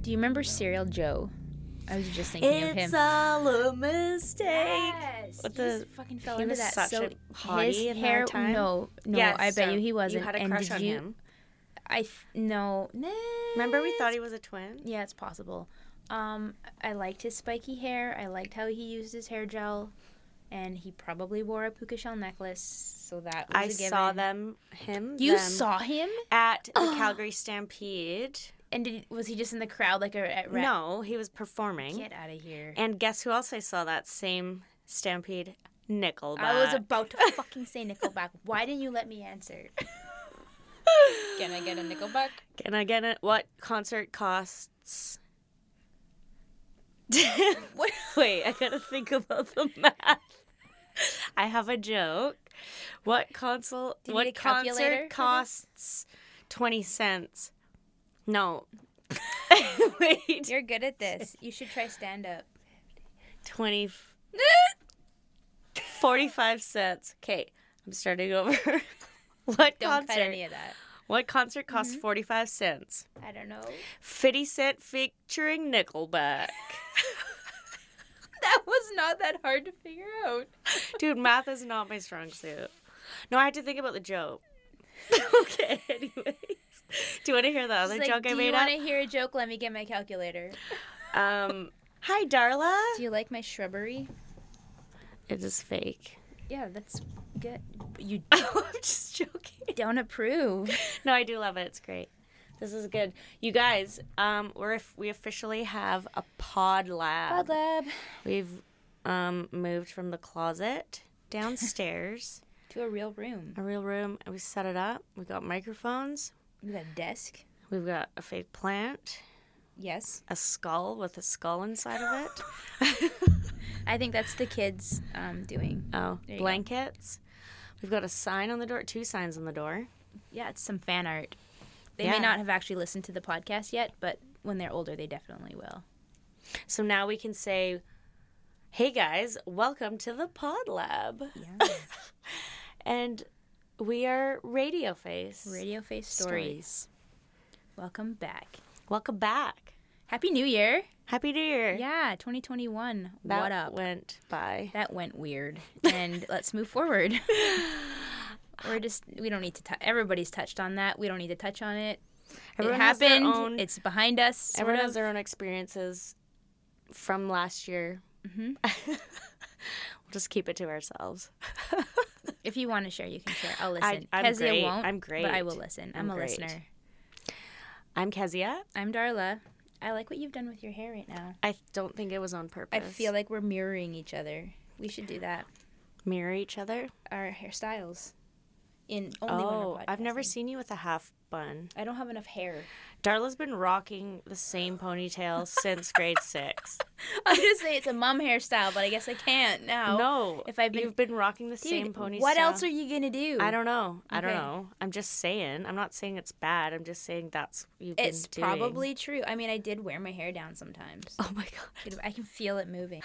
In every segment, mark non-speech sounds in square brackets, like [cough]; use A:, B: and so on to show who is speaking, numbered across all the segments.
A: Do you remember Serial Joe? I was just thinking of him.
B: It's all a mistake.
A: Yes,
B: What
A: he just
B: the-
A: fucking fell
B: he
A: into
B: was
A: that.
B: such
A: so
B: a hottie
A: his
B: in that
A: hair,
B: time.
A: no, no,
B: Yeah,
A: I bet
B: so
A: you he wasn't.
B: You had a
A: and
B: crush
A: did
B: on
A: you,
B: him.
A: I th- no, nah,
B: Remember, we thought he was a twin.
A: Yeah, it's possible. Um, I liked his spiky hair. I liked how he used his hair gel, and he probably wore a puka shell necklace. So that was
B: I
A: a
B: saw
A: given.
B: them. Him.
A: You
B: them,
A: saw him,
B: at the Calgary Stampede.
A: and did, was he just in the crowd like a at rap?
B: No, he was performing.
A: Get out of here!
B: And guess who else I saw that same Stampede? Nickelback.
A: I was about to fucking say Nickelback. Why didn't you let me answer? Can I get a Nickelback?
B: Can I get it? What concert costs? [laughs] Wait, I gotta think about the math. I have a joke. What console?
A: you need
B: what
A: a calculator for
B: concert
A: this?
B: costs twenty cents?
A: [laughs]
B: No. [laughs] Wait,
A: You're good at this. You should try stand [laughs] up.
B: twenty. f- Forty-five cents. Okay, I'm starting over. [laughs] what
A: Don't cut any
B: concert?
A: of Mm-hmm. that.
B: What concert costs forty-five cents?
A: I don't know.
B: 50 Cent featuring Nickelback.
A: That was not that hard to figure out.
B: Dude, math is not my strong suit. No, I had to think about
A: [laughs]
B: the joke. okay, [laughs] anyways. Do you want to hear the other
A: It's like,
B: joke
A: do
B: I
A: you
B: made
A: want to hear a joke? Let me get my calculator.
B: up? Um, hi, Darla.
A: Do you like my shrubbery?
B: It is [laughs] fake.
A: Yeah, that's good. You
B: Oh, I'm just joking.
A: don't approve. [laughs]
B: No, I do love it. It's great. This is good. You guys, um, we're we officially have a pod lab.
A: Pod lab
B: We've um moved from the closet downstairs, [laughs]
A: to a real room.
B: a real room, and we set it up. We got microphones.
A: You got a desk?
B: We've got a fake plant,
A: Yes.
B: a skull with a skull inside of
A: [gasps]
B: it.
A: I think that's the kids um, doing.
B: Oh,
A: There you go.
B: blankets. We've got a sign on the door, two signs on the door.
A: Yeah, it's some fan art. They
B: Yeah.
A: may not have actually listened to the podcast yet, but when they're older, they definitely will.
B: So now we can say, "Hey guys, welcome to the Pod Lab,"
A: Yeah.
B: [laughs] and we are Radio Face.
A: Radio Face Stories.
B: Stories.
A: Welcome back.
B: Welcome back.
A: Happy New Year.
B: Happy New Year.
A: Yeah, 2021.
B: That
A: what up?
B: went by.
A: that went weird.
B: [laughs]
A: And let's move forward. We're just we don't need to touch. Everybody's touched on that. We don't need to touch on it.
B: Everyone
A: it
B: has their
A: happened.
B: own-
A: it's behind us. sort
B: Everyone has
A: of.
B: their own experiences from last year.
A: Mm-hmm.
B: [laughs] we'll just keep it to ourselves.
A: If you want to share, you can share. I'll listen.
B: I'm
A: Kezia
B: great.
A: won't.
B: I'm
A: But I
B: great.
A: will listen. I'm,
B: I'm
A: a
B: great.
A: listener.
B: I'm Kezia.
A: I'm Darla. I like what you've done with your hair right now.
B: I don't think it was on purpose.
A: I feel like we're mirroring each other. We should do that.
B: mirror each other.
A: Our hairstyles. In only when
B: Oh,
A: we're
B: I've never
A: podcasting.
B: seen you with a half bun.
A: I don't have enough
B: [laughs]
A: hair.
B: Darla's been rocking the same [laughs] ponytail since grade six.
A: I was gonna say it's a mom hairstyle, but I guess I can't now.
B: No,
A: If I've been-
B: you've Oh, been rocking the
A: Dude,
B: same ponytail.
A: What else are you gonna do?
B: I don't know. I don't
A: Okay.
B: know. I'm just saying. I'm not saying it's bad. I'm just saying that's what you've
A: It's
B: been doing.
A: probably true. I mean, I did wear my hair down sometimes.
B: [laughs] Oh my god.
A: It- I can feel it moving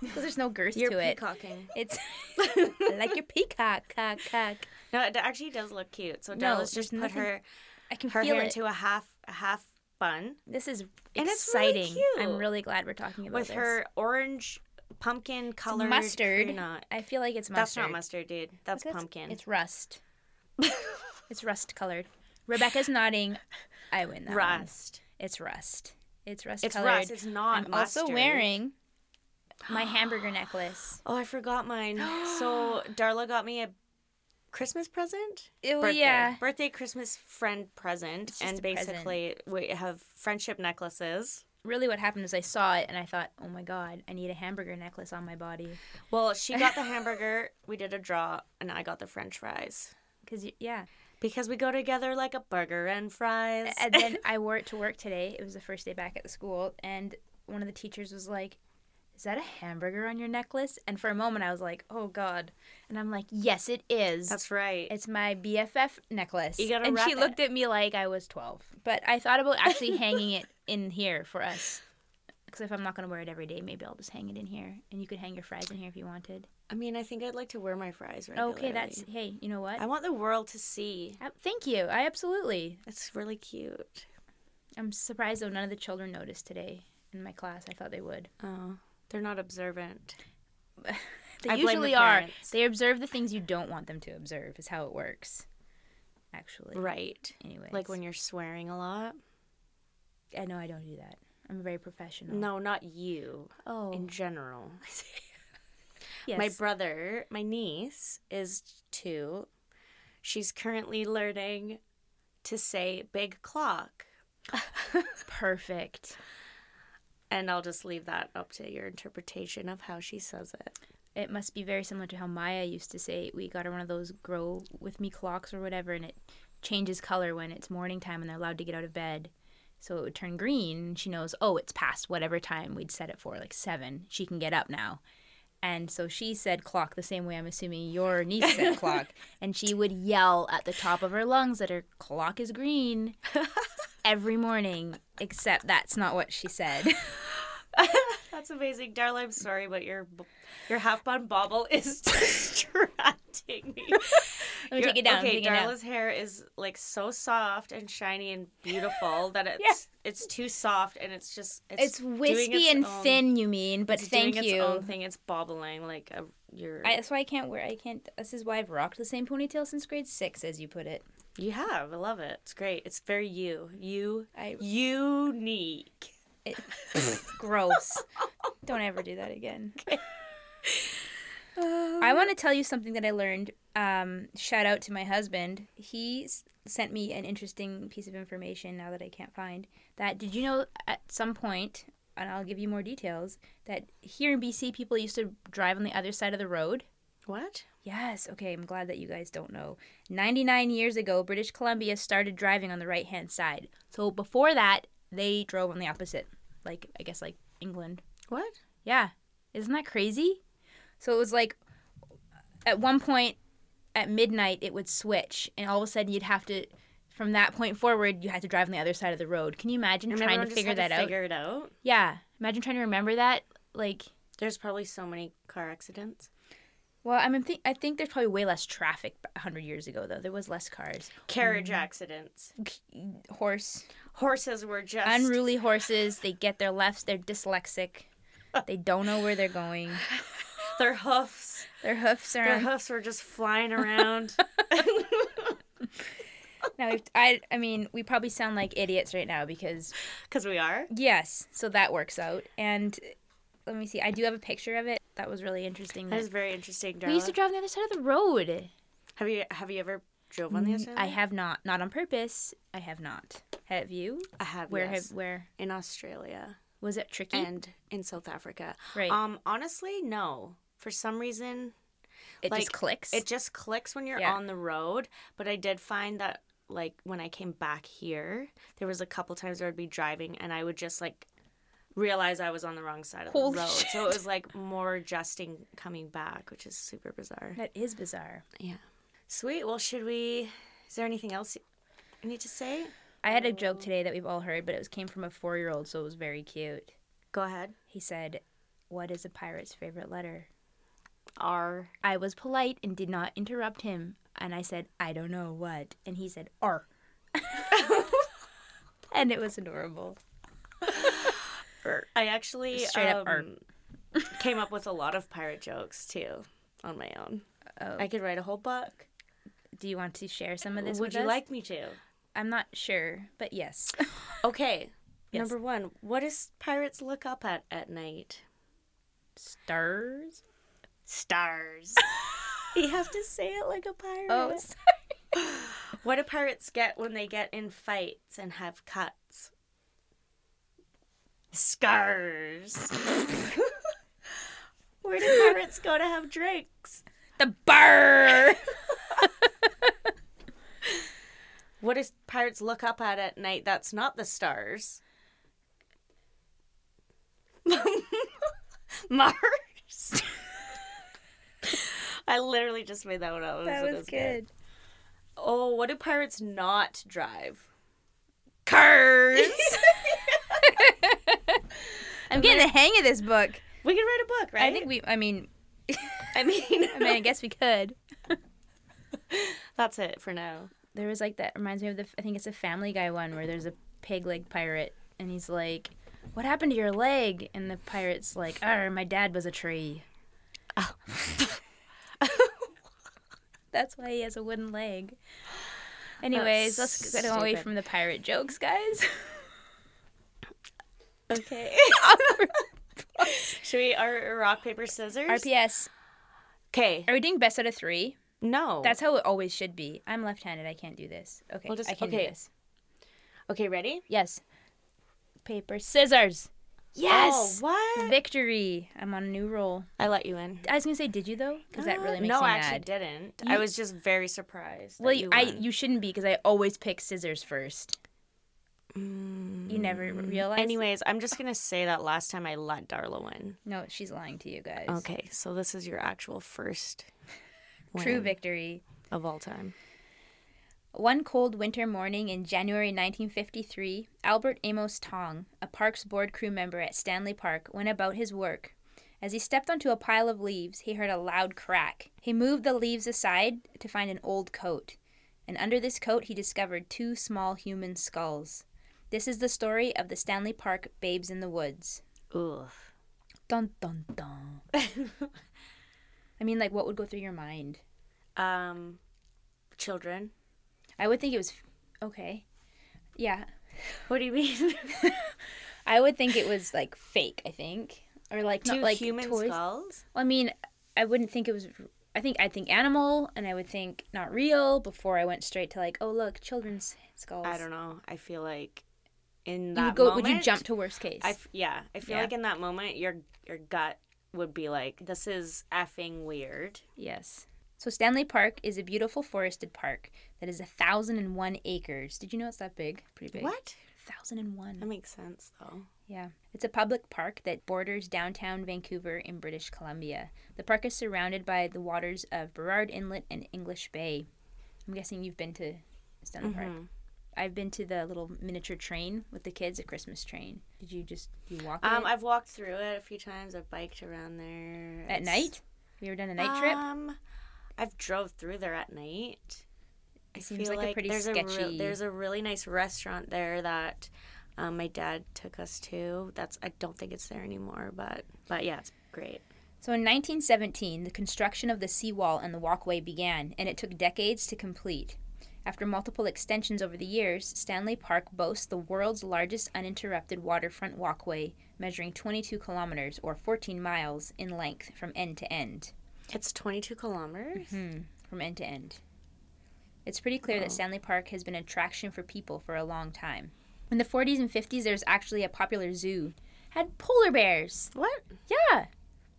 A: because there's no girth
B: [laughs] You're
A: to it.
B: peacocking. [laughs]
A: It's I like your peacock, cock, cock.
B: No, it actually does look cute. So
A: No,
B: Darla's just put
A: there's nothing-
B: her
A: I can
B: her
A: feel
B: hair
A: it.
B: into a half a half bun
A: This is
B: it's really
A: exciting. I'm
B: cute.
A: really glad we're talking about
B: with
A: this.
B: her orange pumpkin colored
A: mustard.
B: Not.
A: I feel like it's mustard.
B: That's not mustard, dude. That's,
A: That's-
B: pumpkin.
A: It's rust. it's rust colored. Rebecca's nodding. I win that. one.
B: rust.
A: It's rust. It's rust
B: It's
A: colored.
B: rust. It's not
A: I'm
B: mustard.
A: also wearing my
B: [gasps]
A: hamburger necklace.
B: Oh, I forgot mine.
A: [gasps]
B: so Darla got me a Christmas present.
A: Oh yeah.
B: Birthday Christmas friend present,
A: just
B: and
A: a present.
B: basically we have friendship necklaces.
A: Really, what happened is I saw it and I thought, oh my god, I need a hamburger necklace on my body. [laughs]
B: Well, she got the hamburger. We did a draw, and I got the French fries
A: Cause you,
B: [laughs]
A: yeah.
B: because we go together like a burger and fries.
A: And then I wore it to work today. It was the first day back at the school, and one of the teachers was like, "Is that a hamburger on your necklace?" And for a moment, I was like, "Oh god," and I'm like, "Yes, it is."
B: That's right.
A: It's my BFF necklace.
B: You gotta
A: and
B: wrap
A: she
B: it.
A: looked at me like I was 12. But I thought about actually hanging
B: [laughs]
A: it in here for us. Because if I'm not going to wear it every day, maybe I'll just hang it in here. And you could hang your fries in here if you wanted.
B: I mean, I think I'd like to wear my fries right
A: Okay, that's, hey, you know what?
B: I want the world to see.
A: Uh, Thank you. I absolutely.
B: It's really cute.
A: I'm surprised though none of the children noticed today in my class. I thought they would.
B: Oh, they're not observant.
A: They
B: I blame the
A: usually are.
B: parents.
A: They observe the things you don't want them to observe. Is how it works. Actually,
B: Right.
A: Anyways,
B: Like when you're swearing a lot.
A: I know I don't do that. I'm very professional.
B: No, not you.
A: Oh.
B: In [laughs] general.
A: yes.
B: My brother, my niece, is two. She's currently learning to say big clock.
A: perfect.
B: And I'll just leave that up to your interpretation of how she says it.
A: It must be very similar to how Maya used to say we got her one of those grow with me clocks or whatever, and it changes color when it's morning time and they're allowed to get out of bed. So it would turn green, and she knows, oh, it's past whatever time we'd set it for, like seven. She can get up now. And so she said clock the same way I'm assuming your niece said clock. And she would yell at the top of her lungs that her clock is green every morning, except that's not what she said. [laughs]
B: That's amazing, Darla. I'm sorry, but your b- your half bun bobble is [laughs] distracting me.
A: Let me
B: Your-
A: take it down.
B: Okay,
A: take it down.
B: Darla's hair is like so soft and shiny and
A: [laughs]
B: beautiful that it's it's too soft and it's just
A: It's
B: doing
A: wispy
B: its
A: and
B: own-
A: thin, you mean? But
B: it's
A: thank
B: doing
A: you.
B: Its own thing. It's bobbling like a your.
A: I, that's why I can't wear. I can't. This is why I've rocked the same ponytail since grade six, as you put it.
B: [laughs] you have. I love it. It's great. It's very you. You
A: I [sighs]
B: unique.
A: it,
B: [laughs]
A: gross. Don't ever do that again. I want to tell you something that I learned. Um, shout out to my husband. He s- sent me an interesting piece of information now that I can't find. That did you know at some point, and I'll give you more details, that here in BC people used to drive on the other side of the road.
B: What?
A: Yes. Okay. I'm glad that you guys don't know. 99 years ago, British Columbia started driving on the right hand side. So before that, they drove on the opposite. Like, I guess, like England.
B: What?
A: Yeah. Isn't that crazy? So it was like at one point at midnight, it would switch, and all of a sudden, you'd have to, from that point forward, you had to drive on the other side of the road. Can you imagine
B: And
A: trying
B: everyone
A: to
B: just
A: figure
B: had
A: that out?
B: Figure it out.
A: Yeah. Imagine trying to remember that. Like,
B: There's probably so many car accidents.
A: well, I mean, th- I think there's probably way less traffic 100 years ago, though. There was less cars.
B: Carriage accidents.
A: horse
B: Horses were just
A: unruly horses they get their lefts they're dyslexic they don't know where they're going
B: their hoofs.
A: their hoofs are
B: Their
A: on.
B: hoofs were just flying around.
A: [laughs] now we've, I, I mean we probably sound like idiots right now because
B: Because we are.
A: yes so that works out and let me see i do have a picture of it that was really interesting
B: That is very interesting, Darla.
A: we used to drive on the other side of the road
B: have you have you ever drove on the other side?
A: Mm, i have not not on purpose i have not have you
B: I have.
A: where
B: yes.
A: have where
B: in Australia
A: was it tricky
B: and in South Africa?
A: right
B: Um, honestly, no. For some reason,
A: it
B: like,
A: just clicks
B: it just clicks when you're
A: Yeah.
B: on the road. But I did find that, like, when I came back here, there was a couple times where I'd be driving and I would just like realize I was on the wrong side of
A: Holy
B: the road.
A: shit.
B: So it was like more adjusting coming back, which is super bizarre.
A: that is bizarre
B: Sweet. Well, should we? Is there anything else you need to say?
A: I had a joke today that we've all heard, but it was came from a four year old, so it was very cute.
B: Go ahead.
A: He said, What is a pirate's favorite letter?
B: R.
A: I was polite and did not interrupt him, and I said, I don't know what. And he said, R. [laughs] and it was adorable.
B: I actually
A: Straight up R.
B: um, came up with a lot of pirate jokes too on my own.
A: Oh.
B: I could write a whole book.
A: Do you want to share some of this with
B: Would you
A: us?
B: like me to?
A: I'm not sure, but yes.
B: Okay.
A: Yes.
B: Number one, what does pirates look up at at night?
A: Stars? [laughs]
B: Stars. you have to say it like a pirate.
A: Oh, sorry.
B: What do pirates get when they get in fights and have cuts? Scars. [laughs] Where do pirates go to have drinks?
A: the
B: [laughs]
A: bar!
B: What does pirates look up at at night that's not the stars? [laughs] Mars. I literally just made that one up.
A: [laughs]
B: It
A: that
B: it
A: was good.
B: Oh, what do pirates not drive? Cars.
A: [laughs] I'm getting the hang of this book.
B: we could write a book, right?
A: I think we, I mean,
B: I mean,
A: [laughs] I mean, I guess we could.
B: that's it for now.
A: there was like that reminds me of the I think it's a Family Guy one where there's a pig leg pirate, and he's like, "What happened to your leg?" And the pirate's like, "Ah, my dad was a
B: [laughs]
A: tree." That's why he has a wooden leg. Anyways, let's get away
B: stupid.
A: from the pirate jokes, guys. [laughs]
B: Okay. Should we our rock paper scissors?
A: RPS.
B: Okay.
A: Are we doing best out of three?
B: No.
A: That's how it always should be. I'm left-handed. I can't do this. Okay,
B: We'll just-
A: I can
B: okay.
A: do this.
B: okay. Ready?
A: Yes. Paper, scissors. Yes.
B: Oh, what?
A: Victory. I'm on a new roll.
B: I let you in.
A: I was gonna say, did you though? Because that
B: Uh,
A: really makes
B: no,
A: me
B: I actually
A: mad.
B: didn't. I
A: You-
B: was just very surprised.
A: Well,
B: that
A: you, I
B: won.
A: you shouldn't be because I always pick scissors first. You never
B: Mm,
A: realize.
B: Anyways, I'm just gonna say that last time I let Darla win.
A: no, she's lying to you guys.
B: Okay, so this is your actual first
A: True
B: win
A: victory.
B: of all time.
A: One cold winter morning in January 1953, Albert Amos Tong, a Parks Board crew member at Stanley Park, went about his work. As he stepped onto a pile of leaves, he heard a loud crack. He moved the leaves aside to find an old coat, and under this coat he discovered two small human skulls. This is the story of the Stanley Park Babes in the Woods.
B: Ugh.
A: Dun dun dun. [laughs] I mean, like, what would go through your mind?
B: Um, children.
A: I would think it was. Okay. Yeah.
B: What do you mean?
A: [laughs] I would think it was like fake. I think, or like
B: Two
A: not like
B: human
A: toys.
B: skulls.
A: Well, I mean, I wouldn't think it was. I think I'd think animal, and I would think not real before I went straight to like, oh look, children's skulls.
B: I don't know. I feel like in that
A: You would go. would you
B: moment-
A: jump to worst case?
B: I f- yeah, I feel
A: Yeah.
B: like in that moment your your gut would be like, "This is effing weird."
A: yes. So Stanley Park is a beautiful forested park that is a thousand and one acres. Did you know it's that big? Pretty big.
B: What?
A: Thousand and one.
B: That makes sense though.
A: Yeah. It's a public park that borders downtown Vancouver in British Columbia. The park is surrounded by the waters of Burrard Inlet and English Bay. I'm guessing you've been to Stanley Park.
B: Mm-hmm.
A: I've been to the little miniature train with the kids, a Christmas train. Did you just you walk it
B: Um, I've walked through it a few times. I've biked around there
A: at
B: It's-
A: night? Have you ever done a night trip?
B: Um, I've drove through there at night. I
A: seems like a pretty
B: there's A real-
A: sketchy-
B: there's a really nice restaurant there that um, my dad took us to. That's I don't think it's there anymore, but but yeah, it's great.
A: So in 1917, the construction of the seawall and the walkway began, and it took decades to complete. After multiple extensions over the years, Stanley Park boasts the world's largest uninterrupted waterfront walkway, measuring 22 kilometers or 14 miles in length from end to end.
B: It's 22 kilometers.
A: Mm-hmm. From end to end. It's pretty clear that Stanley Park has been an attraction for people for a long time. In the 40s and 50s, there was actually a popular zoo had polar bears.
B: What?
A: Yeah.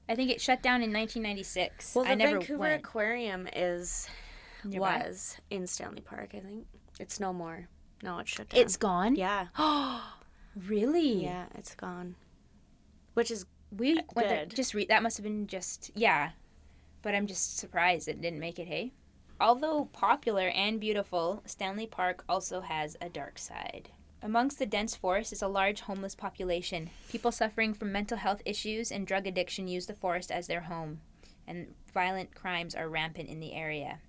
A: I think it shut down in 1996.
B: Well, the
A: I never
B: Vancouver
A: went.
B: Aquarium is
A: Nearby?
B: was in Stanley Park. I think it's no more. No, it shut down.
A: It's gone. [gasps]
B: yeah,
A: Really?
B: yeah, it's gone. Which is
A: We went there,
B: Good.
A: just re- that must have been just yeah, but I'm just surprised it didn't make it. Hey, although popular and beautiful, Stanley Park also has a dark side. Amongst the dense forest is a large homeless population. People suffering from mental health issues and drug addiction use the forest as their home, and violent crimes are rampant in the area.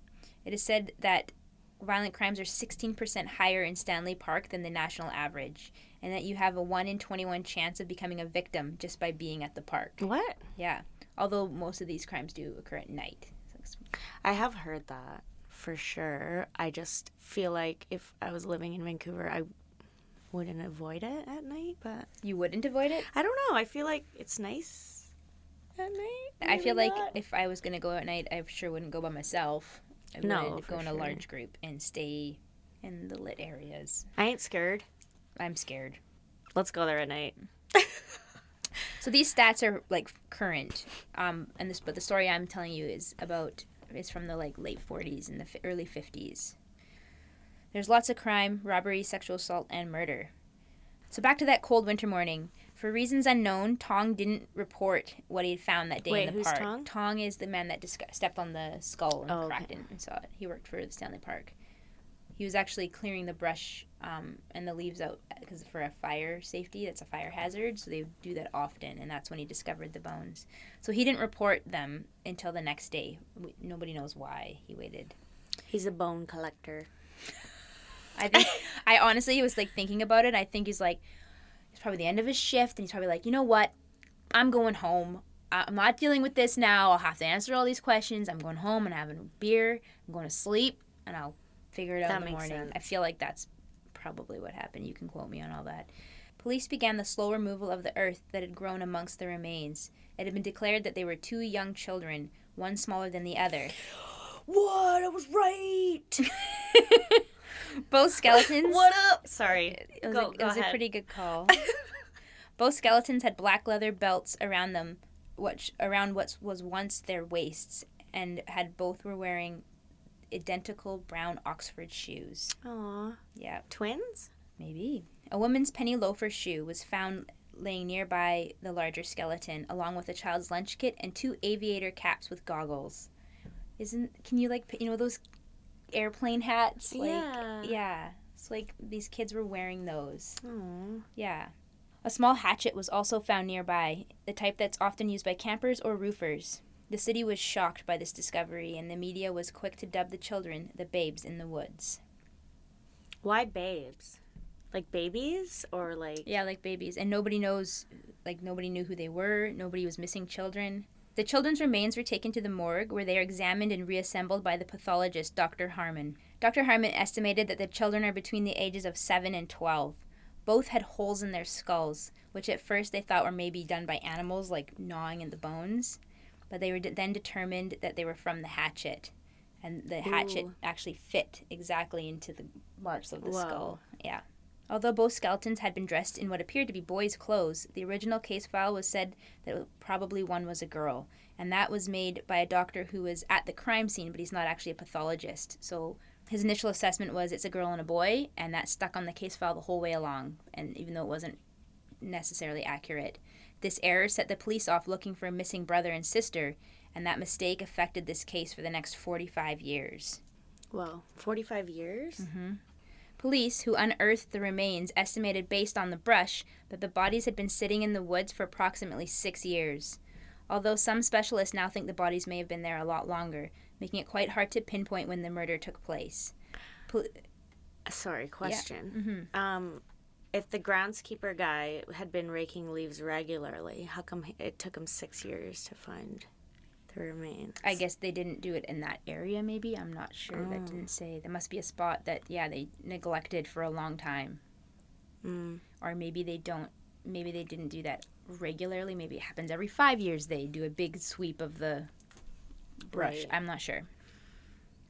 A: It is said that violent crimes are 16% higher in Stanley Park than the national average, and that you have a 1 in 21 chance of becoming a victim just by being at the park.
B: what
A: Yeah. Although most of these crimes do occur at night. So it's-
B: I have heard that for sure. I just feel like if I was living in Vancouver, I wouldn't avoid it at night. But
A: You wouldn't avoid it?
B: I don't know. I feel like it's nice at night.
A: I feel
B: maybe
A: like
B: not.
A: if I was going to go at night, I sure wouldn't go by myself. I
B: No,
A: would
B: for
A: go in a
B: sure.
A: large group and stay in the lit areas.
B: I ain't scared.
A: I'm scared.
B: Let's go there at night.
A: So these stats are like current, um, and this but the story I'm telling you is about is from the like late 40s and the f- early 50s. There's lots of crime, robbery, sexual assault, and murder. So back to that cold winter morning. For reasons unknown, Tong didn't report what he had found that day
B: Wait,
A: in the
B: who's
A: park.
B: Tong?
A: is the man that disc- stepped on the skull and
B: Oh, okay.
A: cracked it and saw it. He worked for the Stanley Park. He was actually clearing the brush um, and the leaves out because for a fire safety, that's a fire hazard. So they do that often, and that's when he discovered the bones. So he didn't report them until the next day. We, nobody knows why he waited.
B: He's a bone collector.
A: I think I honestly was like thinking about it. I think he's like, it's probably the end of his shift, and he's probably like, you know what, I'm going home. I- I'm not dealing with this now. I'll have to answer all these questions. I'm going home and having a beer. I'm going to sleep, and I'll figure it out in
B: That
A: the
B: makes
A: morning.
B: sense.
A: I feel like that's probably what happened. You can quote me on all that. Police began the slow removal of the earth that had grown amongst the remains. It had been declared that they were two young children, one smaller than the
B: [laughs]
A: other.
B: What? I was right.
A: Both skeletons.
B: What up? Sorry.
A: It was,
B: Go-
A: a, it
B: go
A: was a
B: ahead.
A: pretty good call. Both skeletons had black leather belts around them, which around what was once their waists, and had both were wearing identical brown Oxford shoes.
B: [laughs] Aw.
A: Yeah,
B: Twins?
A: maybe. A woman's penny loafer shoe was found laying nearby the larger skeleton, along with a child's lunch kit and two aviator caps with goggles. Isn't can you like p- you know those airplane hats? Like,
B: Yeah.
A: Yeah. It's like these kids were wearing those.
B: Aw.
A: Yeah. A small hatchet was also found nearby, the type that's often used by campers or roofers. The city was shocked by this discovery, and the media was quick to dub the children the babes in the woods.
B: Why babes? Like babies or like
A: Yeah, like babies. And nobody knows, like, nobody knew who they were, nobody was missing children. The children's remains were taken to the morgue, where they are examined and reassembled by the pathologist, Dr. Harmon. Dr. Harmon estimated that the children are between the ages of 7 and 12. Both had holes in their skulls, which at first they thought were maybe done by animals, like gnawing at the bones, but they were d- then determined that they were from the hatchet. And the hatchet
B: Ooh.
A: actually fit exactly into the marks of the
B: Whoa.
A: skull. Yeah. Although both skeletons had been dressed in what appeared to be boys' clothes, the original case file was said that probably one was a girl. And that was made by a doctor who was at the crime scene, but he's not actually a pathologist. So his initial assessment was it's a girl and a boy, and that stuck on the case file the whole way along. And even though it wasn't necessarily accurate, this error set the police off looking for a missing brother and sister, and that mistake affected this case for the next 45 years.
B: Whoa. Forty five years?
A: Police, who unearthed the remains, estimated based on the brush that the bodies had been sitting in the woods for approximately six years. Although some specialists now think the bodies may have been there a lot longer, making it quite hard to pinpoint when the murder took place. Pol-
B: Sorry, question.
A: Mm-hmm.
B: Um if the groundskeeper guy had been raking leaves regularly, how come he- it took him six years to find the remains?
A: I guess they didn't do it in that area, maybe. I'm not sure. That didn't say. There must be a spot that, yeah, they neglected for a long time.
B: Mm.
A: Or maybe they don't, maybe they didn't do that regularly. Maybe it happens every five years they do a big sweep of the brush.
B: Right.
A: I'm not sure.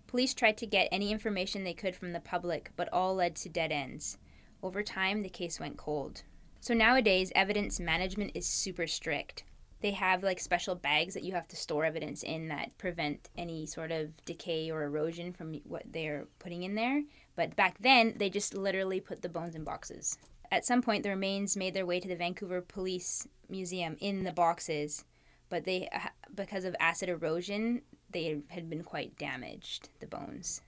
A: Police tried to get any information they could from the public, but all led to dead ends. Over time, the case went cold. So nowadays, evidence management is super strict. They have like special bags that you have to store evidence in that prevent any sort of decay or erosion from what they're putting in there. But back then, they just literally put the bones in boxes. At some point, the remains made their way to the Vancouver Police Museum in the boxes, but they, ha- because of acid erosion, they had been quite damaged, the bones.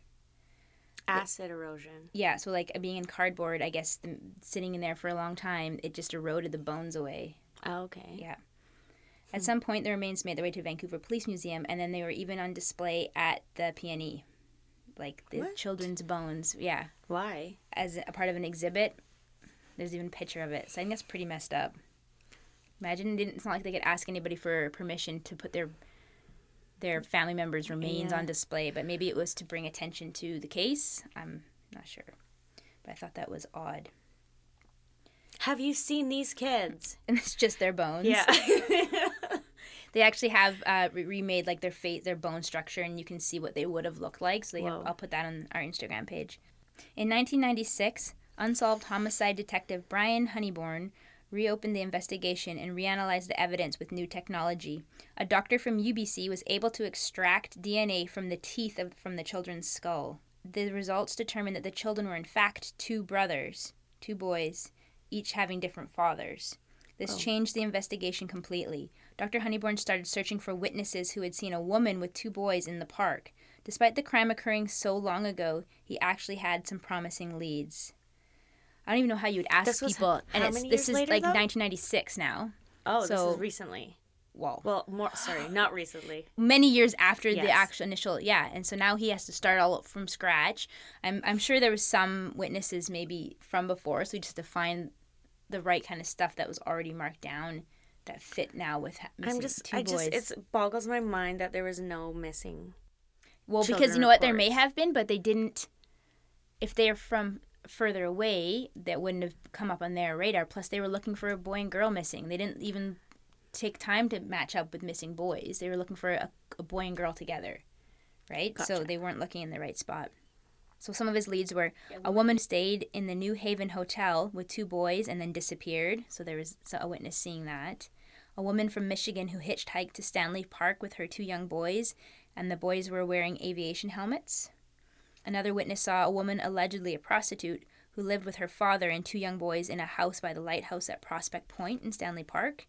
B: Acid erosion.
A: Yeah, so like being in cardboard, I guess the, sitting in there for a long time, it just eroded the bones away.
B: Oh, okay.
A: Yeah. At some point, the remains made their way to Vancouver Police Museum, and then they were even on display at the PNE, like the
B: What?
A: children's bones. Yeah,
B: Why?
A: as a part of an exhibit. There's even a picture of it. So I think that's pretty messed up. Imagine it didn't. It's not like they could ask anybody for permission to put their their family members' remains
B: Yeah.
A: on display, but maybe it was to bring attention to the case. I'm not sure, but I thought that was odd. [laughs]
B: Have you seen
A: [laughs]
B: these kids?
A: And it's just their bones. They actually have uh, re- remade like their face, their bone structure, and you can see what they would have looked like. So they have,
B: Whoa.
A: I'll put that on our Instagram page. In 1996, unsolved homicide detective Brian Honeyborn reopened the investigation and reanalyzed the evidence with new technology. A doctor from UBC was able to extract DNA from the teeth of from the children's skull. The results determined that the children were in fact two brothers, two boys, each having different fathers. This
B: Oh.
A: changed the investigation completely. Dr. Honeyborn started searching for witnesses who had seen a woman with two boys in the park. Despite the crime occurring so long ago, he actually had some promising leads. I don't even know how you would ask
B: This was
A: people,
B: h- how
A: and it's
B: many
A: this
B: years
A: is
B: later,
A: like
B: though?
A: 1996 now.
B: oh, this
A: So-
B: is recently.
A: wall.
B: Well, more sorry, not
A: [sighs]
B: recently.
A: Many years after
B: Yes.
A: the actual initial, yeah, and so now he has to start all from scratch. I'm I'm sure there was some witnesses maybe from before, so we just have to find the right kind of stuff that was already marked down that fit now with ha- missing
B: I'm just,
A: two
B: I
A: boys.
B: just, it's boggles my mind that there was no missing.
A: Well, because you
B: children
A: know what, there may
B: reports.
A: have been, but they didn't. If they are from further away, that wouldn't have come up on their radar. Plus, they were looking for a boy and girl missing. They didn't even take time to match up with missing boys. They were looking for a, a boy and girl together, right? So
B: Gotcha.
A: they weren't looking in the right spot. So some of his leads were a woman stayed in the New Haven hotel with two boys and then disappeared. So there was so- a witness seeing that. A woman from Michigan who hitchhiked to Stanley Park with her two young boys, and the boys were wearing aviation helmets. Another witness saw a woman, allegedly a prostitute, who lived with her father and two young boys in a house by the lighthouse at Prospect Point in Stanley Park.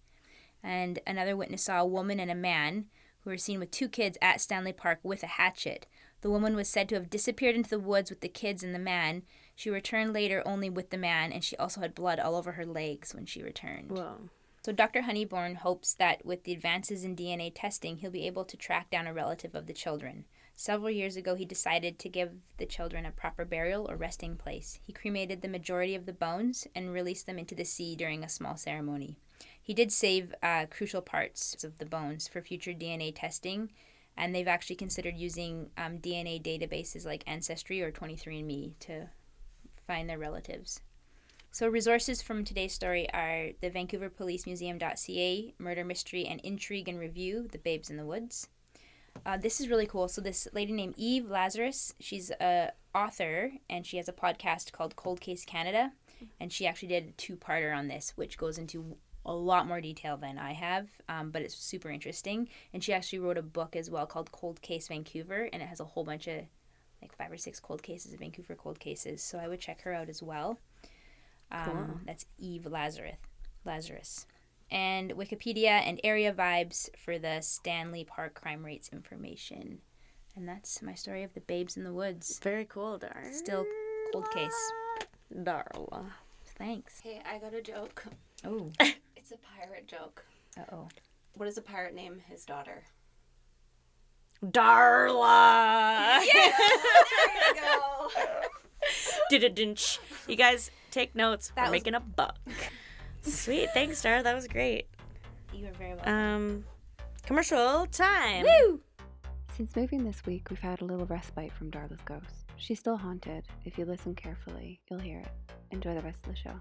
A: And another witness saw a woman and a man who were seen with two kids at Stanley Park with a hatchet. The woman was said to have disappeared into the woods with the kids and the man. She returned later only with the man, and she also had blood all over her legs when she returned.
B: Well,
A: So Dr. Honeyborn hopes that with the advances in DNA testing, he'll be able to track down a relative of the children. Several years ago, he decided to give the children a proper burial or resting place. He cremated the majority of the bones and released them into the sea during a small ceremony. He did save uh, crucial parts of the bones for future DNA testing, and they've actually considered using um, DNA databases like Ancestry or 23andMe to find their relatives. So resources from today's story are the Vancouver Police Museum.ca, Murder Mystery and Intrigue and Review, The Babes in the Woods. Uh, this is really cool. So this lady named Eve Lazarus, she's a author and she has a podcast called Cold Case Canada, and she actually did a two-parter on this, which goes into a lot more detail than I have, um, but it's super interesting. And she actually wrote a book as well called Cold Case Vancouver, and it has a whole bunch of like five or six cold cases, Vancouver cold cases. So I would check her out as well. Um, That's Eve Lazarus. Lazarus. And Wikipedia and area vibes for the Stanley Park crime rates information. And that's my story of the babes in the woods.
B: very cool, Dar.
A: Still cold case.
B: Darla.
A: Thanks.
C: Hey, I got a joke.
A: [laughs] Oh.
C: It's a pirate joke.
A: Uh oh.
C: What does a pirate name his daughter?
B: Darla.
C: There you go.
B: Didadinch. You guys take notes. We're
A: That was-
B: making
A: [laughs]
B: a buck. Sweet. Thanks, Dar. That was great.
A: You are very welcome.
B: Um, commercial time.
A: Woo!
D: Since moving this week, we've had a little respite from Darla's ghost. She's still haunted. If you listen carefully, you'll hear it. Enjoy the rest of the show.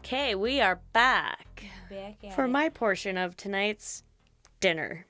B: Okay, we are back
A: Back at
B: for
A: it.
B: my portion of tonight's dinner.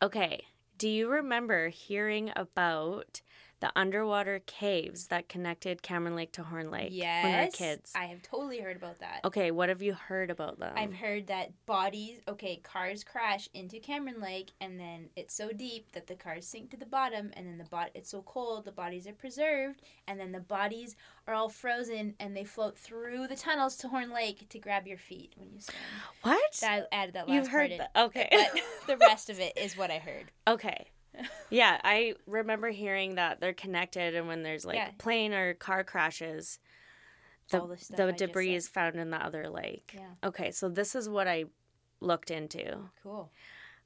B: okay, do you remember hearing about the underwater caves that connected Cameron Lake to Horn Lake
A: yes,
B: when we were kids?
A: I have totally heard about that.
B: Okay, what have you heard about them?
A: I've heard that bodies, okay, cars crash into Cameron Lake, and then it's so deep that the cars sink to the bottom, and then the bot, it's so cold, the bodies are preserved, and then the bodies are all frozen, and they float through the tunnels to Horn Lake to grab your feet when you swim.
B: what?
A: That I added that last
B: You've
A: part
B: heard
A: in.
B: that. Okay.
A: But [laughs] the rest of it is what I heard.
B: [laughs] Okay. Yeah, I remember hearing that they're connected, and when there's like
A: Yeah.
B: plane or car crashes, the,
A: All the stuff I
B: the
A: just
B: debris
A: said.
B: is found in the other lake.
A: Yeah.
B: Okay, so this is what I looked into.
A: Cool.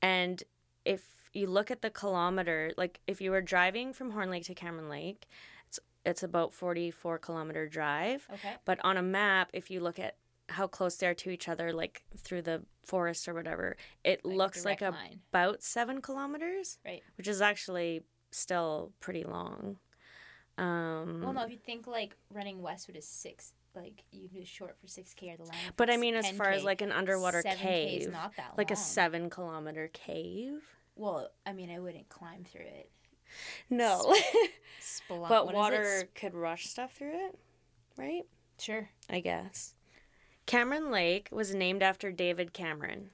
B: And if you look at the kilometer, like if you were driving from Horn Lake to Cameron Lake, it's, it's about 44 kilometer drive.
A: Okay.
B: But on a map, if you look at how close they are to each other, like through the forest or whatever, it
A: Like a
B: looks like
A: direct
B: a
A: line.
B: about seven kilometers,
A: Right.
B: which is actually still pretty long. Um,
A: Well, no, if you think like running westward is six, like you do short for six k or the line. I think
B: but I
A: it's
B: mean, as far as
A: 10K.
B: like an underwater
A: 7K is
B: cave,
A: not that
B: like a
A: long.
B: seven kilometer cave.
A: Well, I mean, I wouldn't climb through it. [laughs]
B: No,
A: Spelunk,
B: but
A: what is it?
B: water could rush stuff through it, right?
A: Sp- Sure.
B: I guess. Cameron Lake was named after David Cameron,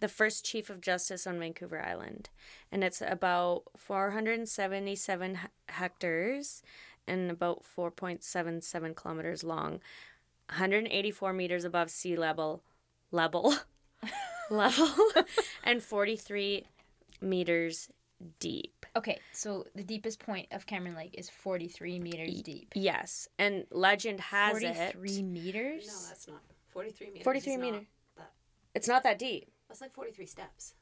B: the first Chief of Justice on Vancouver Island, and it's about 477 he- hectares and about 4.77 kilometers long, 184 meters above sea level, level, [laughs] level, [laughs] and 43 meters deep.
A: Okay, so the deepest point of Cameron Lake is 43 meters deep.
B: Yes, and legend has it.
A: 43 meters?
C: No, that's not. 43 meters.
B: 43
C: is not
B: meter.
C: That
B: It's not that deep.
C: That's like 43 steps.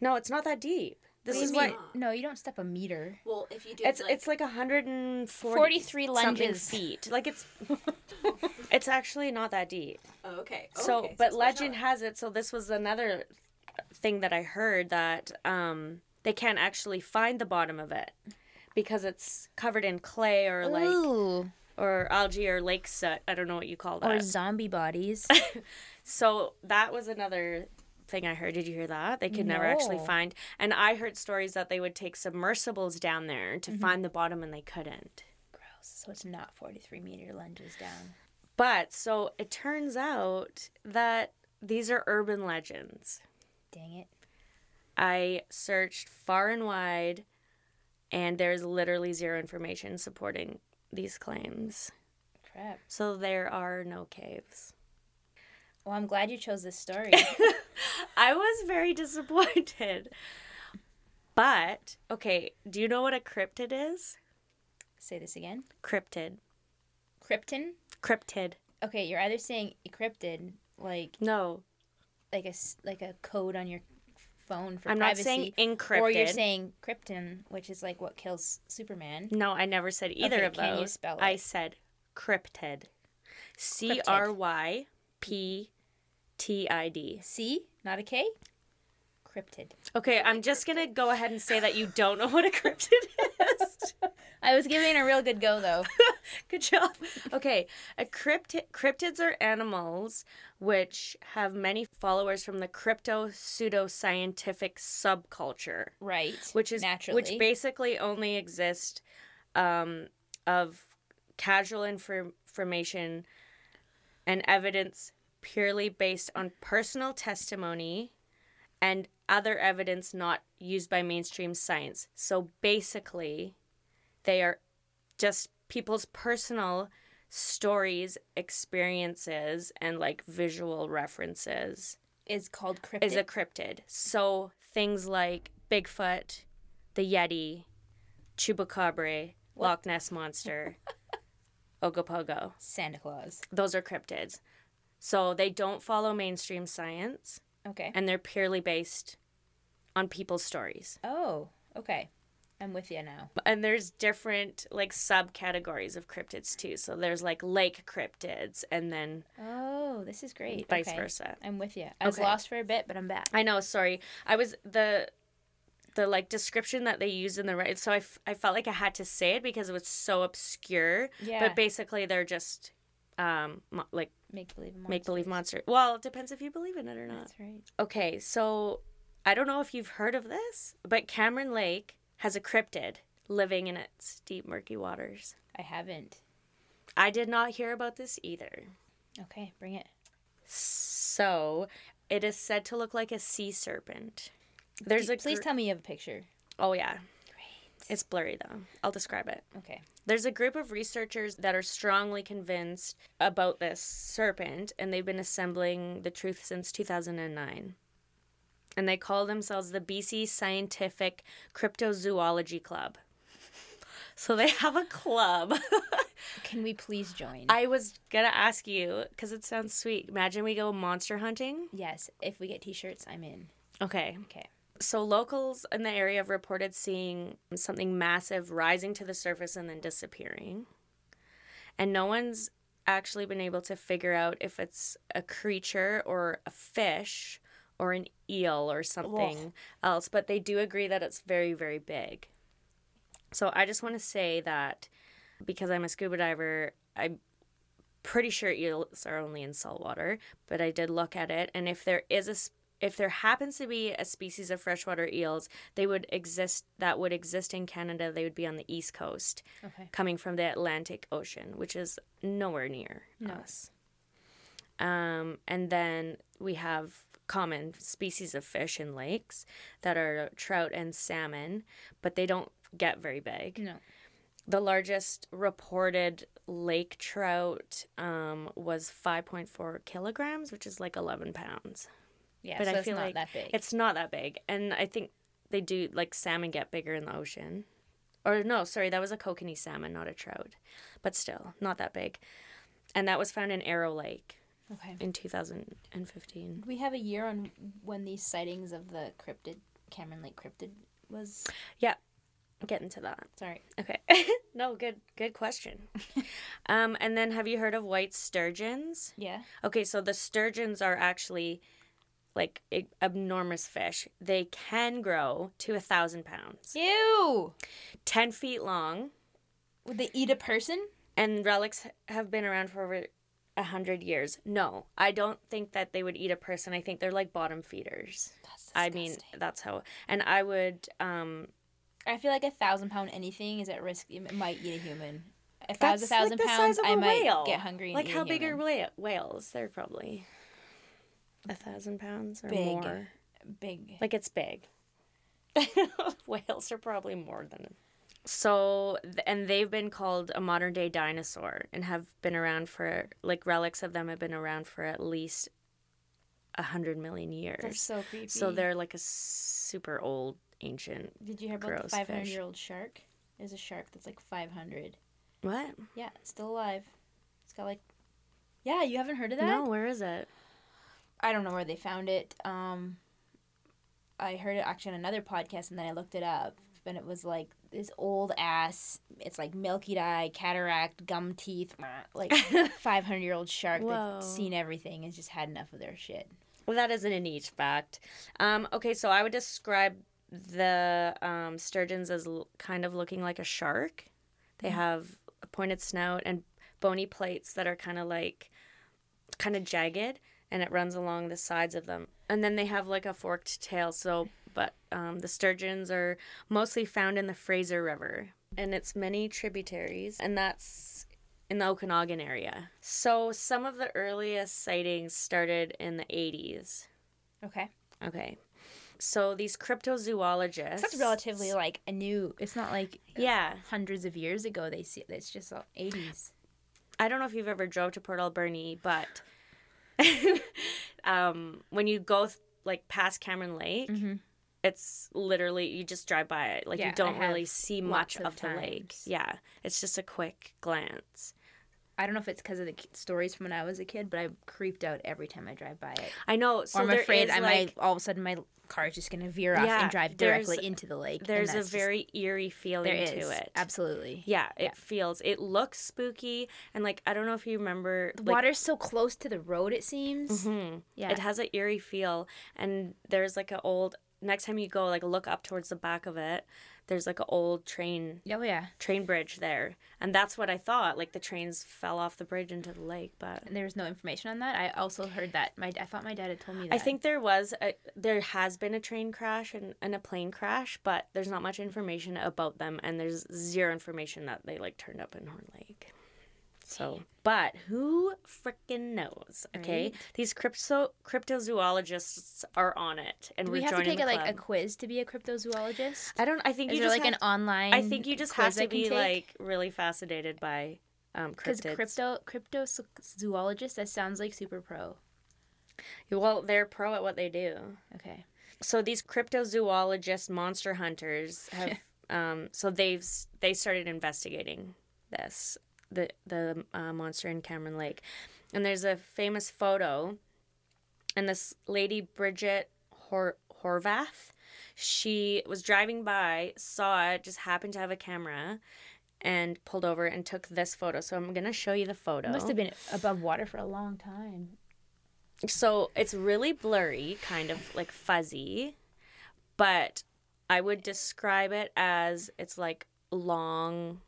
B: No, it's not that deep. This
C: What do
B: is
C: you
B: what
C: mean?
A: No, you don't step a meter.
C: Well, if you do
B: it's
C: like,
B: it's like 140
A: 43
B: something
A: lunges.
B: feet. Like
C: [laughs]
B: it's it's actually not that deep.
C: oh, okay.
B: so,
C: okay,
B: but
C: it's much
B: legend
C: lower.
B: has it. So this was another thing that I heard that um they can't actually find the bottom of it because it's covered in clay or like
A: Ooh.
B: or algae or lake soot. I don't know what you call that.
A: Or zombie
B: [laughs]
A: bodies.
B: So that was another thing I heard. Did you hear that? They could never actually
A: No.
B: find. And I heard stories that they would take submersibles down there to find the bottom and they couldn't.
A: Gross. So it's not 43 meter lunges down.
B: But so it turns out that these are urban legends.
A: Dang it.
B: I searched far and wide and there's literally zero information supporting these claims.
A: Crap.
B: So there are no caves.
A: Well, I'm glad you chose this
B: [laughs]
A: story.
B: I was very [laughs] disappointed. But, okay, do you know what a cryptid is?
A: Say this again.
B: Cryptid.
A: Krypton?
B: Cryptid.
A: Okay, you're either saying encrypted, like
B: No,
A: like a s- like a code on your phone for
B: I'm
A: privacy,
B: not saying encrypted.
A: or you're saying krypton, which is like what kills Superman.
B: no, I never said either
A: Okay,
B: of those.
A: can you spell
B: I
A: it?
B: said cryptid. C R Y P T I D.
A: C, not a K. Cryptid.
B: Okay, I'm just gonna go ahead and say that you don't know what a cryptid is. [laughs]
A: I was giving it a real good go though.
B: Good job. Okay, a cryptid cryptids are animals which have many followers from the crypto pseudoscientific subculture,
A: right.
B: which is
A: naturally
B: which basically only exist um, of casual infor- information and evidence purely based on personal testimony and other evidence not used by mainstream science. So basically, they are just people's personal stories, experiences, and like visual references
A: is called cryptid.
B: is a cryptid. So things like Bigfoot, the Yeti, Chupacabra, Loch Ness Monster, Ogopogo.
A: Santa Claus.
B: Those are cryptids. So they don't follow mainstream science
A: Okay.
B: and they're purely based on people's stories.
A: Oh, okay. I'm with you now.
B: And there's different like subcategories of cryptids too. So there's like lake cryptids and then
A: Oh, this is great.
B: vice
A: Okay.
B: versa.
A: I'm with you. I was
B: Okay.
A: lost for a bit, but I'm back.
B: I know. Sorry, I was the the like description that they used in the right. So I, f- I felt like I had to say it because it was so obscure.
A: Yeah.
B: But basically, they're just um mo- like
A: Make believe.
B: make believe monster. Well, it depends if you believe in it or not.
A: That's right.
B: Okay, so I don't know if you've heard of this, but Cameron Lake has a cryptid living in its deep murky waters.
A: I haven't.
B: I did not hear about this either.
A: Okay, bring it.
B: So it is said to look like a sea serpent. There's
A: Do-
B: a
A: please
B: gr-
A: tell me you have a picture.
B: Oh yeah.
A: Great.
B: It's blurry though. I'll describe it.
A: Okay.
B: There's a group of researchers that are strongly convinced about this serpent, and they've been assembling the truth since 2009. And they call themselves the BC Scientific Cryptozoology Club. So they have a club. [laughs]
A: Can we please join?
B: I was gonna ask you because it sounds sweet. Imagine we go monster hunting.
A: yes. If we get T-shirts, I'm in.
B: Okay.
A: Okay.
B: So locals in the area have reported seeing something massive rising to the surface and then disappearing. And no one's actually been able to figure out if it's a creature or a fish or an eel or something else, but they do agree that it's very very big. So I just want to say that because I'm a scuba diver, I'm pretty sure eels are only in saltwater, but I did look at it, and if there is a s- if there happens to be a species of freshwater eels, they would exist that would exist in Canada. They would be on the east coast,
A: Okay.
B: coming from the Atlantic Ocean, which is nowhere near
A: No.
B: us. Um, and then we have common species of fish in lakes that are trout and salmon, but they don't get very big
A: No.
B: the largest reported lake trout um, was 5.4 kilograms, which is like 11 pounds.
A: Yeah.
B: But
A: so
B: I
A: it's
B: feel
A: not
B: like
A: that big.
B: It's not that big. And I think they do, like, salmon get bigger in the ocean. Or, no, sorry, that was a kokanee salmon, not a trout. But still, not that big. And that was found in Arrow Lake.
A: Okay.
B: in 2015.
A: Do we have a year on when these sightings of the cryptid, Cameron Lake cryptid, was?
B: Yeah, get into that.
A: Sorry.
B: Okay. [laughs] no, good
A: [laughs]
B: good question. um, and then have you heard of white sturgeons?
A: Yeah.
B: Okay, so the sturgeons are actually like e- enormous fish. They can grow to a thousand pounds,
A: Ew!
B: ten feet long,
A: Would they eat a person?
B: and relics have been around for over a hundred years. No, I don't think that they would eat a person. I think they're like bottom feeders.
A: That's
B: I mean, that's how. And I would um,
A: I feel like a thousand pound anything is at risk. It might eat a human. If I was
B: That's
A: a thousand
B: like the
A: pounds,
B: size of
A: I
B: a
A: might
B: whale.
A: get hungry. And
B: like
A: eat
B: how
A: a
B: big are
A: human.
B: whale- whales? They're probably a thousand pounds or
A: Big.
B: more.
A: big?
B: Like it's [laughs] big. whales are probably more than. So th- and they've been called a modern day dinosaur and have been around for like relics of them have been around for at least a hundred million years.
A: That's so creepy.
B: so they're like a super old ancient.
A: Did you hear about the
B: gross
A: five hundred
B: fish.
A: year old shark? There's a shark that's like five hundred.
B: What?
A: Yeah, it's still alive. It's got like. Yeah, you haven't heard of that?
B: No, where is it?
A: I don't know where they found it. Um, I heard it actually on another podcast, and then I looked it up, and it was like this old ass. It's like milky eye, cataract, gum teeth, [laughs] like five hundred year old shark
B: Whoa.
A: that's seen everything and just had enough of their shit.
B: Well, that isn't a niche fact. Um, okay, so I would describe the um, sturgeons as l- kind of looking like a shark. They have a pointed snout and bony plates that are kind of like, kind of jagged, and it runs along the sides of them. And then they have like a forked tail. So, but um, the sturgeons are mostly found in the Fraser River and its many tributaries, and that's in the Okanagan area. So some of the earliest sightings started in the 80s.
A: Okay,
B: Okay. So these cryptozoologists.
A: that's relatively like a new. It's not like
B: Yeah.
A: hundreds of years ago. They see it's just eighties.
B: I don't know if you've ever drove to Port Alberni, but [laughs] um, when you go th- like past Cameron Lake,
A: Mm-hmm.
B: it's literally you just drive by it. Like
A: Yeah,
B: you
A: I
B: don't really
A: have
B: see
A: lots
B: much
A: of
B: of, the lake.
A: times.
B: Yeah. It's just a quick glance.
A: I don't know if it's because of the k- stories from when I was a kid, but I creeped out every time I drive by it.
B: I know. So
A: or I'm
B: there
A: afraid
B: is,
A: I
B: like,
A: might all of a sudden my car is just going to veer off
B: Yeah,
A: and drive
B: there's-
A: directly into the lake. and
B: There's
A: that's
B: a
A: just-
B: very eerie feeling
A: there is
B: to it.
A: absolutely.
B: Yeah, it
A: Yeah.
B: feels. It looks spooky, and like I don't know if you remember.
A: The
B: like,
A: water's so close to the road, it seems.
B: mhm,
A: Yeah,
B: It has an eerie feel, and there's like an old. Next time you go, like look up towards the back of it. There's like an old train
A: oh yeah.
B: train bridge there, and that's what I thought. Like the trains fell off the bridge into the lake, but
A: And there was no information on that. I also heard that my I thought my dad had told me that.
B: I think there was a, there has been a train crash and, and a plane crash, but there's not much information about them, and there's zero information that they like turned up in Horn Lake. So, but who freaking knows? Okay,
A: Right.
B: these crypto cryptozoologists are on it, and
A: do
B: we're
A: we have to
B: joining
A: take a,
B: the
A: like a
B: club.
A: quiz to be a cryptozoologist?
B: I don't. I think
A: Is
B: you
A: there
B: just
A: like
B: have,
A: an online?
B: I think you just have
A: quiz I
B: to
A: can
B: be
A: take?
B: like really fascinated by um,
A: because
B: cryptids.
A: crypto cryptozoologist that sounds like super pro.
B: well, they're pro at what they do.
A: Okay.
B: so these cryptozoologists,
A: [laughs]
B: monster hunters, have um, so they've s- they started investigating this the the uh, monster in Cameron Lake, and there's a famous photo, and this lady Bridget Hor- Horvath, she was driving by, saw it, just happened to have a camera, and pulled over and took this photo. So I'm gonna show you the photo.
A: Must have been above water for a long time.
B: So it's really blurry, kind of like fuzzy, but I would describe it as it's like long.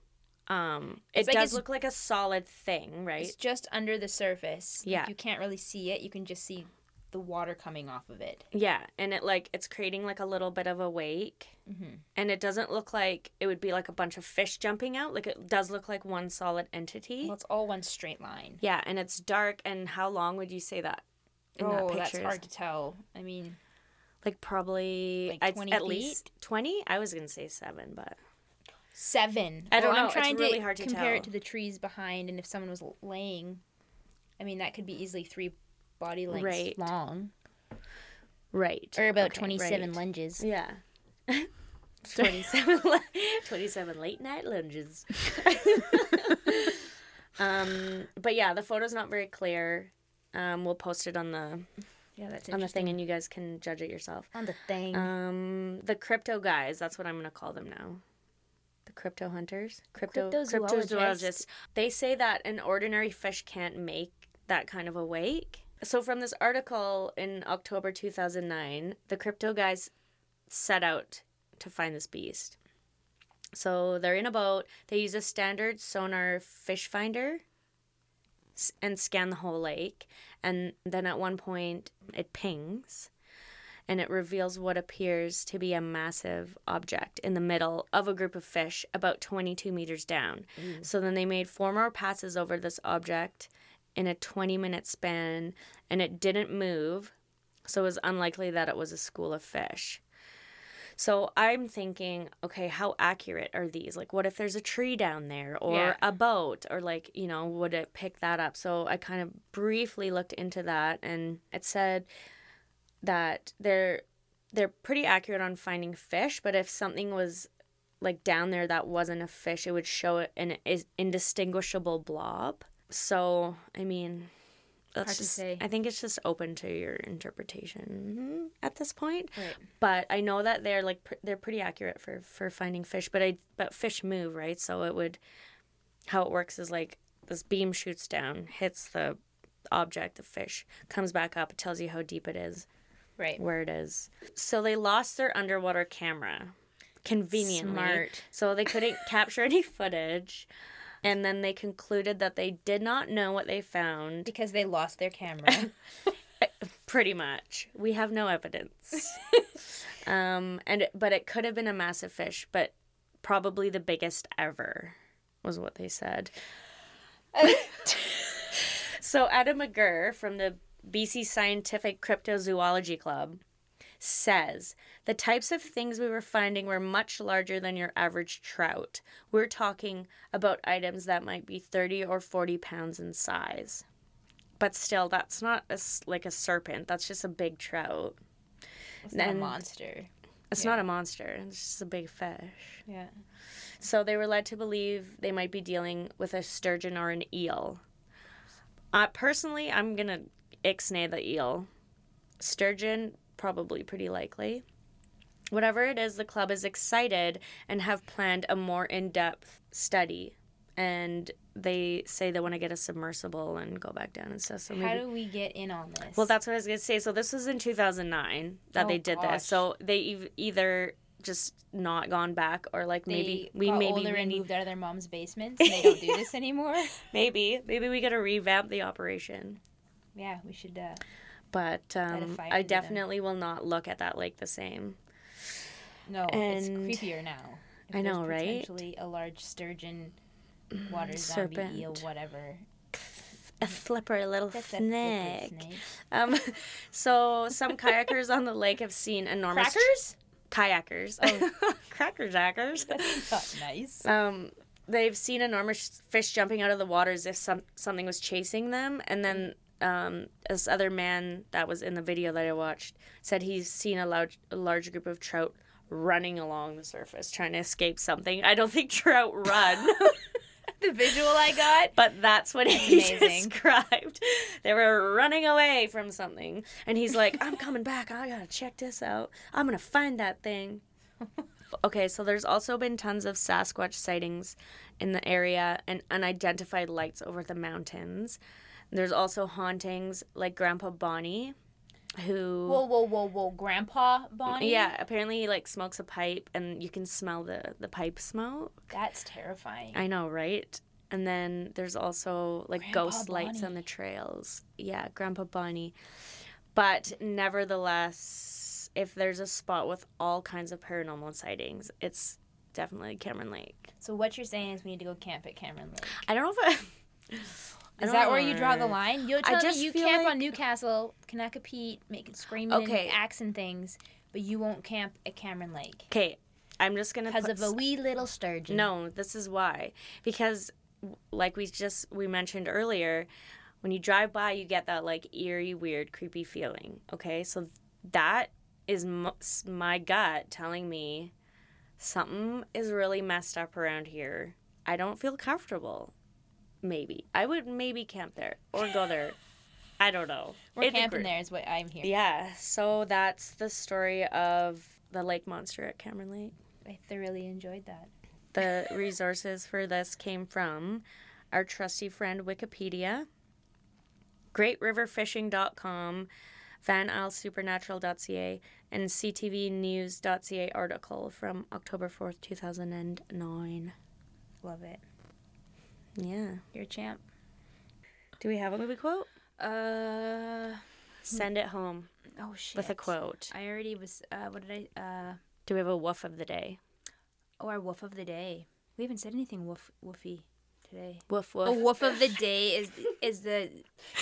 B: Um, it
A: It's like
B: does
A: it's-
B: look like a solid thing, right?
A: It's just under the surface.
B: Yeah.
A: You can't really see it. You can just see the water coming off of it.
B: Yeah, and it like it's creating like a little bit of a wake,
A: Mhm.
B: and it doesn't look like it would be like a bunch of fish jumping out. Like it does look like one solid entity.
A: Well, it's all one straight line.
B: yeah, and it's dark. And how long would you say that? In
A: oh,
B: that
A: that's
B: picture?
A: hard to tell. I mean,
B: Like probably
A: Like
B: I'd-
A: 20
B: at
A: feet?
B: least twenty. I was gonna say seven, but
A: seven.
B: I don't
A: Well,
B: know.
A: I'm
B: It's
A: trying
B: really
A: to
B: hard to
A: compare
B: tell.
A: it to the trees behind, and if someone was l- laying, I mean, that could be easily three body lengths
B: Right.
A: long,
B: right
A: or about
B: Okay,
A: twenty-seven
B: right.
A: lunges.
B: [laughs] Yeah. [laughs] 27, li- 27 late night [laughs] lunges. um, but yeah, the photo's not very clear. Um, we'll post it on the
A: Yeah, that's
B: on the
A: interesting.
B: thing, and you guys can judge it yourself.
A: On the thing.
B: Um, the crypto guys. That's what I'm gonna call them now. The crypto hunters, crypto
A: Cryptozoologist.
B: cryptozoologists. They say that an ordinary fish can't make that kind of a wake. So from this article in October 2009, the crypto guys set out to find this beast. So they're in a boat. They use a standard sonar fish finder s- and scan the whole lake. And then at one point, it pings and it reveals what appears to be a massive object in the middle of a group of fish about 22 meters down.
A: Mm.
B: So then they made four more passes over this object in a 20 minute span and it didn't move. So it was unlikely that it was a school of fish. So I'm thinking, okay, how accurate are these? Like, what if there's a tree down there or
A: Yeah.
B: a boat or like, you know, would it pick that up? So I kind of briefly looked into that and it said that they're they're pretty accurate on finding fish, but if something was like down there that wasn't a fish, it would show it an is- indistinguishable blob. So, I mean, that's
A: Hard to
B: just,
A: say.
B: I think it's just open to your interpretation at this point
A: Right.
B: but I know that they're like pr- they're pretty accurate for for finding fish. But I but fish move right, so it would how it works is like this beam shoots down, hits the object, the fish comes back up, it tells you how deep it is,
A: Right.
B: where it is. So they lost their underwater camera, conveniently,
A: Smart.
B: so they
A: [laughs]
B: couldn't capture any footage. And then they concluded that they did not know what they found.
A: Because they lost their camera.
B: [laughs] Pretty much. We have no evidence. um and but it could have been a massive fish, but probably the biggest ever was what they said. so Adam McGurr from the BC Scientific Cryptozoology Club says the types of things we were finding were much larger than your average trout. We're talking about items that might be 30 or 40 pounds in size but still that's not a s like a serpent that's just a big trout
A: it's
B: not a And-
A: monster.
B: it's not a monster it's just a big fish
A: Yeah.
B: so they were led to believe they might be dealing with a sturgeon or an eel uh, personally i'm gonna ixnay the eel sturgeon probably pretty likely whatever it is the club is excited and have planned a more in-depth study and they say they want to get a submersible and go back down and stuff so maybe
A: How do we get in on this?
B: Well, that's what I was gonna say. So this was in 2009 that
A: Oh,
B: they did
A: gosh.
B: this. So they ev- either just not gone back, or like
A: they
B: maybe we
A: got
B: maybe
A: older
B: we
A: and
B: need,
A: moved out of their mom's basements. And they don't do
B: [laughs]
A: this anymore.
B: maybe maybe we gotta revamp the operation.
A: Yeah, we should. Uh,
B: But um,
A: fire
B: I
A: to them.
B: definitely will not look at that lake the same.
A: no, it's
B: And-
A: creepier now. If
B: I
A: there's
B: know, right?
A: Potentially a large sturgeon,
B: [clears throat]
A: water zombie, eel,
B: Serpent.
A: whatever.
B: A flipper little
A: That's a
B: snake.
A: flipper snake.
B: Um, [laughs] so some kayakers on the lake have seen enormous
A: Crackers?
B: kayakers, Oh,
A: [laughs]
B: cracker jackers.
A: That's
B: [laughs]
A: not nice.
B: Um, they've seen enormous fish jumping out of the water as if some, something was chasing them. And then um, this other man that was in the video that I watched said he's seen a large, a large group of trout running along the surface trying to escape something. I don't think trout run, [laughs]
A: the visual I got.
B: but that's what he [laughs]
A: amazing.
B: described. They were running away from something. And he's like, I'm coming back. I gotta check this out. I'm gonna find that
A: [laughs]
B: thing. Okay, so there's also been tons of Sasquatch sightings in the area and unidentified lights over the mountains. There's also hauntings like Grandpa Bonnie, who
A: Whoa, whoa, whoa, whoa, Grandpa Bonnie.
B: yeah, apparently he, like smokes a pipe and you can smell the the pipe smoke.
A: that's terrifying.
B: I know, right? And then there's also like
A: Grandpa
B: ghost lights on
A: Bonnie.
B: the trails. Yeah, Grandpa Bonnie. But nevertheless, if there's a spot with all kinds of paranormal sightings, it's definitely Cameron Lake.
A: So what you're saying is we need to go camp at Cameron Lake.
B: I [laughs] don't know if I,
A: Is that where you draw the line? You're telling
B: just
A: me you
B: feel
A: camp
B: like-
A: on Newcastle, Connecticut, making screaming
B: Okay.
A: and acts and things, but you won't camp at Cameron Lake
B: Okay, I'm just gonna
A: because
B: put
A: of a wee little sturgeon.
B: No, this is why. Because w- like we just we mentioned earlier, when you drive by you get that like eerie, weird, creepy feeling, okay? So that is m- s- my gut telling me something is really messed up around here.
A: [laughs]
B: I don't feel comfortable. Maybe. I would maybe camp there or go there. I don't know.
A: We're
B: It'd be
A: camping
B: great.
A: there is what I'm here.
B: Yeah, so that's the story of the lake monster at Cameron Lake.
A: I thoroughly enjoyed that.
B: The resources for this came from our trusty friend Wikipedia, greatriverfishing.com, Van Isle Supernatural.ca, and CTVnews.ca article from October 4th, 2009.
A: Love it.
B: Yeah.
A: You're a champ.
B: Do we have a movie quote?
A: Uh
B: Send it home
A: oh shit.
B: with a quote.
A: I already was uh what did I uh
B: Do we have a woof of the day?
A: oh our woof of the day. We haven't said anything woof woofy today.
B: Woof, woof.
A: A woof of the day is is the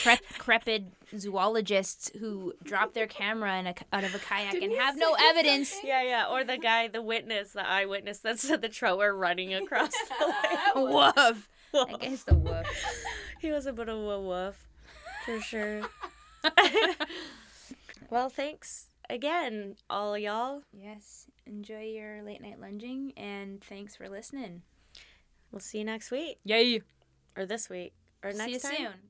A: crep, crepid zoologists who drop their camera in a, out of a kayak and have no evidence.
B: Yeah, yeah. Or the guy, the witness, the eyewitness that said the trower running across the [laughs] lake.
A: [laughs] Woof. I guess the woof.
B: He was a bit of a woof,
A: [laughs]
B: for sure. well, thanks again, all y'all.
A: Yes. Enjoy your late night lunging and thanks for listening.
B: We'll see you next week
A: Yay.
B: or this week or next
A: See you
B: time.
A: soon.